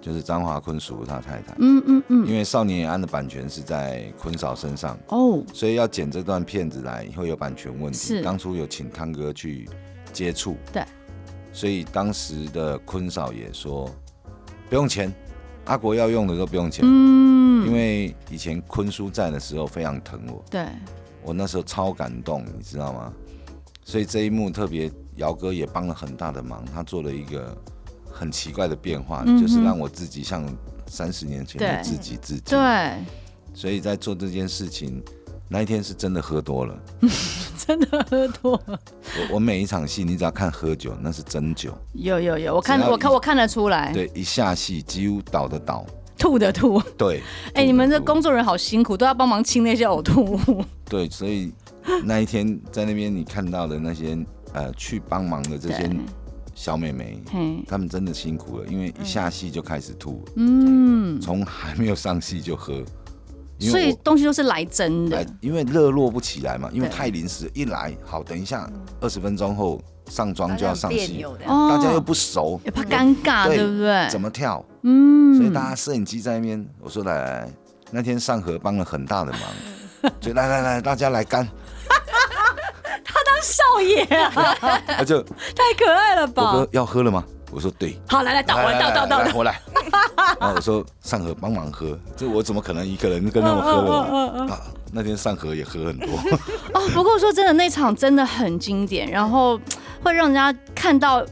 就是张华坤叔他太太，嗯嗯嗯，因为《少年也安》的版权是在坤嫂身上，哦，所以要剪这段片子来会有版权问是题。当初有请汤哥去接触，对，所以当时的坤嫂也说不用钱，阿国要用的都不用钱，因嗯，为以前坤叔在的时候非常疼我，对，我那时候超感动，你知道吗？所以这一幕特别，姚哥也帮了很大的忙，他做了一个很奇怪的变化，嗯哼就是让我自己像三十年前的对自己自己。对，所以在做这件事情，那一天是真的喝 多了。真的喝多了，我我每一场戏，你只要看喝酒，那是真酒。有有有，我看只要我看一我看得出来，对，一下戏几乎倒的倒。吐的吐，对，哎，你们的工作作人员好辛苦，都要帮忙清那些呕吐物。对，所以那一天在那边你看到的那些呃去帮忙的这些对小美眉，嘿，他们真的辛苦了，因为一下戏就开始吐，嗯，从、还没有上戏就喝，因所以为东西都是来真我来的，，因为热络不起来嘛，因为对太临时，一来好，等一下二十分钟后上妆就要上别戏，扭的。哦大家又不熟，也怕尴尬，对对不对？怎么跳？哦嗯，所以大家摄影机在那边，我说来来来，那天上河帮了很大的忙，就来来来，大家来干，少爷啊，他就太可爱了我吧哥！要喝了吗？我说对，好，来来倒，我来倒倒倒来倒来，我来。然后我说上河帮忙喝，这我怎么可能一个人跟他们哦喝了完啊？那天上河也 喝很多，哦，不过说真的，那场真的很经典，然后会让人家看到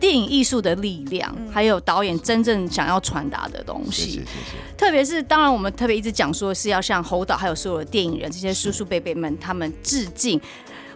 电影艺术的力量，还有导演真正想要传达的东谢谢西谢。谢。特别是，当然我们特别一直讲说是要向侯导还有所有的电影人这些叔叔伯伯们他们致敬。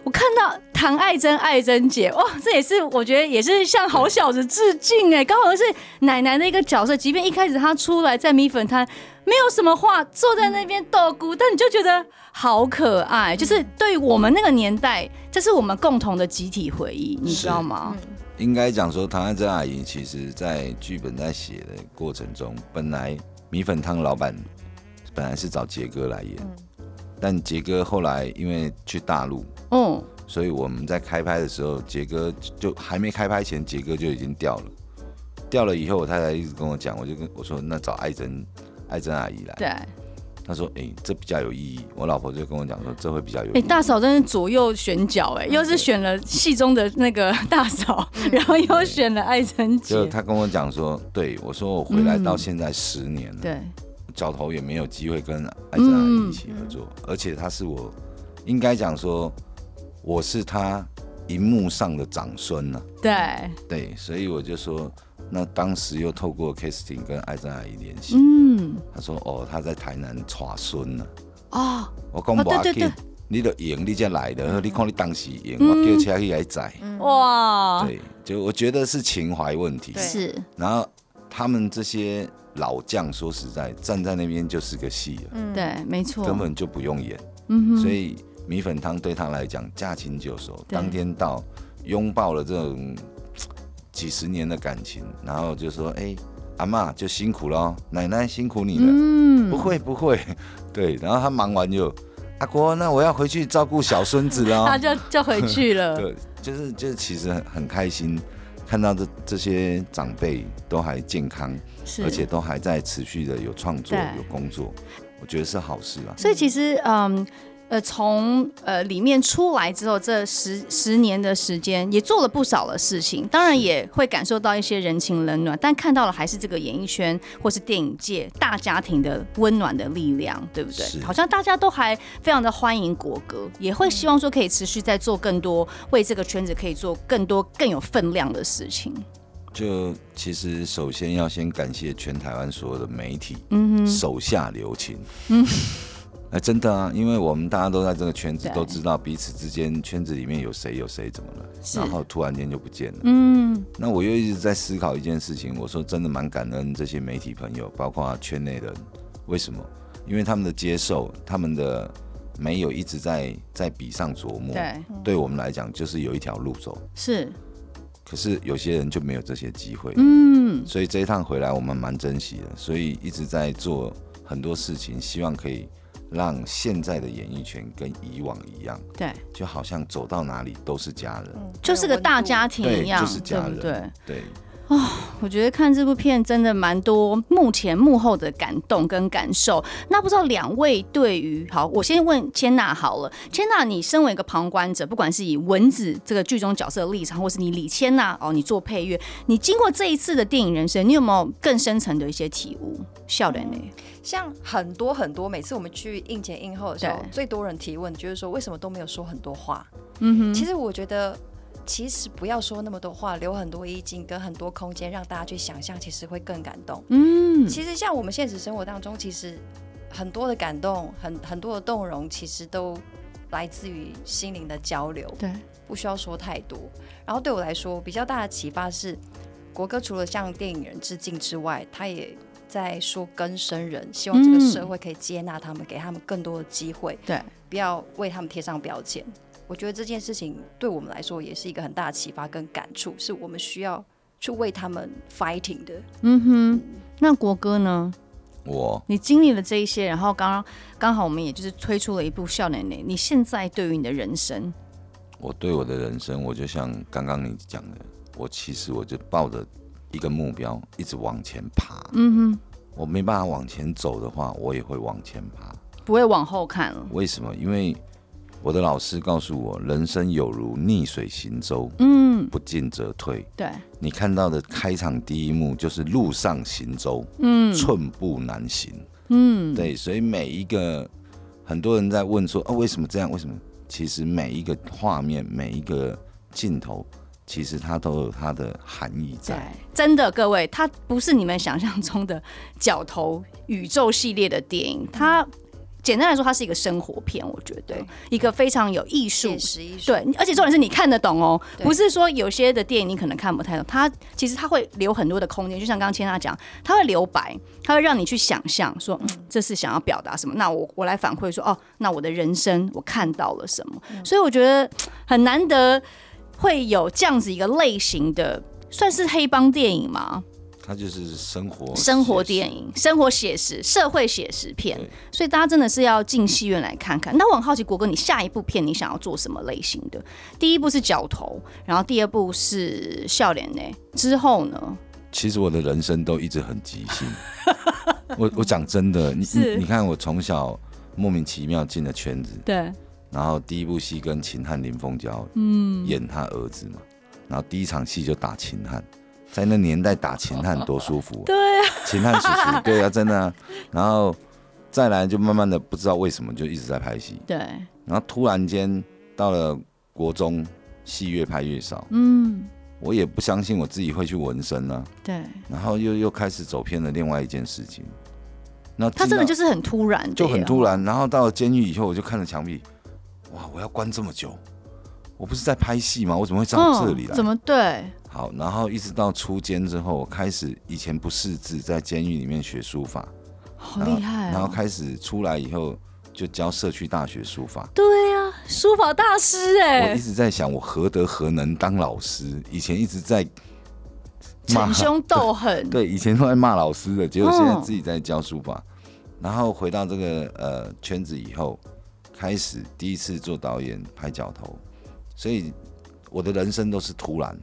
我看到唐爱珍、爱珍姐，哇，这也是我觉得也是向好小子致敬哎，刚好是奶奶的一个角色。即便一开始她出来在米粉摊没有什么话，坐在那边斗咕，但你就觉得好可爱。就是对于我们那个年代，这是我们共同的集体回忆，你知道吗？应该讲说，唐安真阿姨其实在剧本在写的过程中，本来米粉汤老板本来是找杰哥来演，嗯但杰哥后来因为去大陆，哦，所以我们在开拍的时候，杰哥就还没开拍前，杰哥就已经掉了。掉了以后，我太太一直跟我讲，我就跟我说，那找艾珍，艾珍阿姨来。对，她说，哎、这比较有意义。我老婆就跟我讲说，这会比较有意哎，义。大嫂真是左右选角，哎，又是选了戏中的那个 大嫂，然后又选了艾珍姐就，她跟我讲说，对我说我回来到现在十年了，对，角头也没有机会跟艾珍阿姨一起合作，而且她是我应该讲说，我是她荧幕上的长孙啊呐、对，对，所以我就说，那当时又透过 casting 跟艾珍阿姨联系，嗯，她说哦，她在台南娶孙呢。哦，我讲哦无要对对紧对，嗯你就赢，你才来的。你看你当时赢，我叫车去来载。哇，对，就我觉得是情怀问题。对是，然后他们这些老将，说实在，站在那边就是个戏了，对，没错，根本就不用演。嗯哼，所以米粉汤对他来讲驾轻就熟，对当天到，拥抱了这种嘖几十年的感情，然后就说：“哎、阿妈就辛苦咯，奶奶辛苦你了。嗯不会不会， 对。然后他忙完就，阿国，那我要回去照顾小孙子 了他哦。就就回去了， 对，就是就是，其实很很开心，看到这这些长辈都还健康，是，而且都还在持续的有创作对有工作，我觉得是好事啊。所以其实，嗯，呃，从呃里面出来之后，这十十年的时间也做了不少的事情，当然也会感受到一些人情冷暖，但看到了还是这个演艺圈或是电影界大家庭的温暖的力量，对不对？是嗯好像大家都还非常的欢迎国歌，也会希望说可以持续在做更多，为这个圈子可以做更多更有分量的事情。就其实首先要先感谢全台湾所有的媒体，嗯手下留情， 哎，真的啊，因为我们大家都在这个圈子，对都知道彼此之间圈子里面有谁有谁怎么了，是然后突然间就不见了。嗯，那我又一直在思考一件事情，我说真的蛮感恩这些媒体朋友，包括圈内人，为什么？因为他们的接受，他们的没有一直在在笔上琢磨，对，对我们来讲就是有一条路走，是，可是有些人就没有这些机会，嗯，所以这一趟回来我们蛮珍惜的，所以一直在做很多事情，希望可以让现在的演艺圈跟以往一样，对，就好像走到哪里都是家嗯人，嗯就是个大家庭对一样，就是家对人不对？对，我觉得看这部片真的蛮多幕前幕后的感动跟感受。那不知道两位对于好，我先问千娜好了。千娜，你身为一个旁观者，不管是以蚊子这个剧中角色的立场，或是你李千娜哦，你做配乐，你经过这一次的电影人生，你有没有更深层的一些体悟？笑脸呢？像很多很多，每次我们去应前应后的时候对，最多人提问就是说，为什么都没有说很多话？嗯哼，其实我觉得，其实不要说那么多话，留很多意境跟很多空间让大家去想象，其实会更感动。嗯，其实像我们现实生活当中，其实很多的感动，很很多的动容，其实都来自于心灵的交流。对，不需要说太多。然后对我来说，比较大的启发是，国歌除了向电影人致敬之外，他也在说更生人，希望这个嗯社会可以接纳他们，给他们更多的机会，对，不要为他们贴上标签。我觉得这件事情对我们来说也是一个很大的启发跟感触，是我们需要去为他们 fighting 的。嗯哼。那国歌呢？我你经历了这一些，然后刚刚刚好我们也就是推出了一部《笑脸脸》，你现在对于你的人生，我对我的人生，我就像刚刚你讲的，我其实我就抱着一个目标，一直往前爬。嗯哼，我没办法往前走的话，我也会往前爬。不会往后看了。为什么？因为我的老师告诉我，人生有如逆水行舟，嗯，不进则退。对，你看到的开场第一幕就是路上行舟，嗯，寸步难行。嗯，对，所以每一个很多人在问说，哦，为什么这样？为什么？其实每一个画面，每一个镜头，其实它都有它的含义对在。，真的，各位，它不是你们想象中的角头宇宙系列的电影，它简单来说，它是一个生活片，我觉得对一个非常有艺术写。实艺术，对，而且重点是你看得懂哦，对不是说有些的电影你可能看不太懂，它其实它会留很多的空间，就像刚刚千娜讲，它会留白，它会让你去想象说，嗯，这是想要表达什么，那我我来反嗯馈说，哦，那我的人生我看到了什么，所以我觉得很难得会有这样子一个类型的，算是黑帮电影吗？它就是生活生活写实电影、生活写实、社会写实片对，所以大家真的是要进戏院来看看。那我很好奇，国哥，你下一部片你想要做什么类型的？第一部是角头，然后第二部是笑脸呢，之后呢？其实我的人生都一直很即 兴。我我讲真的，你你是你看我从小莫名其妙进了圈子，对，然后第一部戏跟秦汉林凤娇，嗯，演他儿子嘛，然后第一场戏就打秦汉，在那年代打秦汉多舒 服、对啊，秦汉叔叔， 对啊，真的、啊。然后再来就慢慢的不知道为什么就一直在拍戏，对，然后突然间到了国中，戏越拍越少，嗯，我也不相信我自己会去纹身啊，对，然后又又开始走偏了另外一件事情。那他真的就是是很突然，啊就很突，然，然后到了监狱以后，我就看着墙壁，哇，我要关这么久，我不是在拍戏吗？我怎么会站到这里嗯来？怎么对？好？然后一直到出监之后，我开始以前不识字，在监狱里面学书法，好然后厉害、哦！然后开始出来以后就教社区大学书法。对呀、书法大师哎、我一直在想，我何德何能当老师？以前一直在骂逞凶斗狠，对，以前都在骂老师的，结果现在嗯自己在教书法。然后回到这个呃圈子以后，开始第一次做导演拍脚头，所以我的人生都是突然。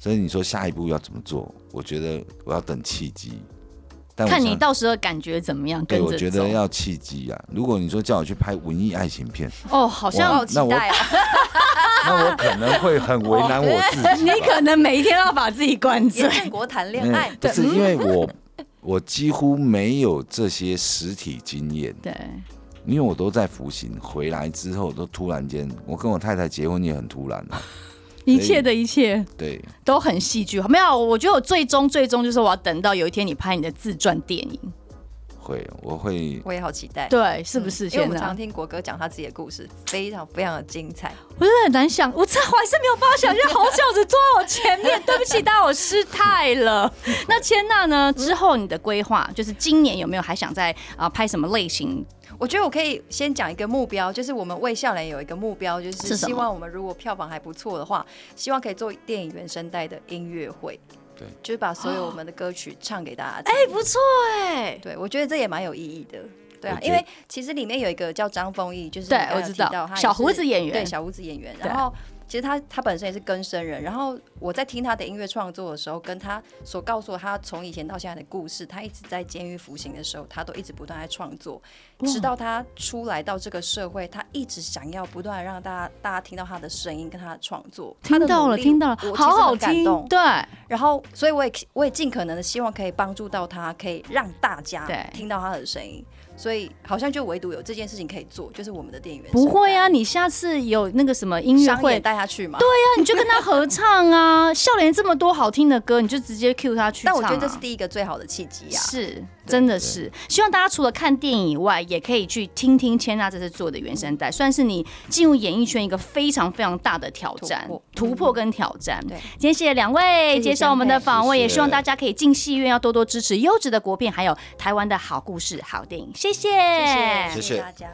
所以你说下一步要怎么做？我觉得我要等契机。但我看你想到时候感觉怎么样，对，跟我着觉走得。要契机啊。如果你说叫我去拍文艺爱情片，哦，好哇像好期那我待啊！ 那我可能会很为难我自己吧。你可能每一天要把自己灌醉严。正国谈恋没有嗯爱，不是因为 我我几乎没有这些实体经验， 对，因为我都在服刑，回来之后都突然间，我跟我太太结婚也很突然啊。一切的一切对，都很戏剧化。没有，我觉得我最终最终就是我要等到有一天你拍你的自传电影，嗯会我会我也好期待。对，是不是？因为我现们在常听国歌讲他自己的故事，非常非常的精彩。我真的很难想，我这还是没有办法想象红小子坐在我前 面。对不起，大家我失态了。那千娜呢？之后你的规划就是今年有没有还想在啊、拍什么类型？我觉得我可以先讲一个目标，就是我们为笑脸有一个目标，就是是什么希望我们如果票房还不错的话，希望可以做电影原声带的音乐会，对就是把所哦有我们的歌曲唱给大家听。哎、不错哎、对，我觉得这也蛮有意义的。对啊我，觉因为其实里面有一个叫张丰毅，就是对你刚刚我知有提道到他也小是胡子演员对小胡子演员。对然后其实他他本身也是更生人，然后我在听他的音乐创作的时候，跟他所告诉我他从以前到现在的故事，他一直在监狱服刑的时候，他都一直不断在创作，直到他出来到这个社会，他一直想要不断地让大家大家听到他的声音跟他的创作。他听的到努了，力听到了我，其实好好很感听动，对，然后，所以我也我也尽可能的希望可以帮助到他，可以让大家对听到他的声音。所以好像就唯独有这件事情可以做，就是我们的店员不会啊，，你下次有那个什么音乐商会业，带他去嘛。对呀、你就跟他合唱 啊！笑脸这么多好听的歌，你就直接 cue 他去唱、但啊。我觉得这是第一个最好的契机啊。是，真的是。希望大家除了看电影以外，也可以去听听千娜这次做的原声嗯带，算是你进入演艺圈一个非常非常大的挑战、突破嗯突破跟挑战。对今天谢谢两位谢谢接受我们的江佩访问，谢谢也希望大家可以进戏院要多多支持优质的国片，还有台湾的好故事、好电影。谢谢谢谢，谢谢大家。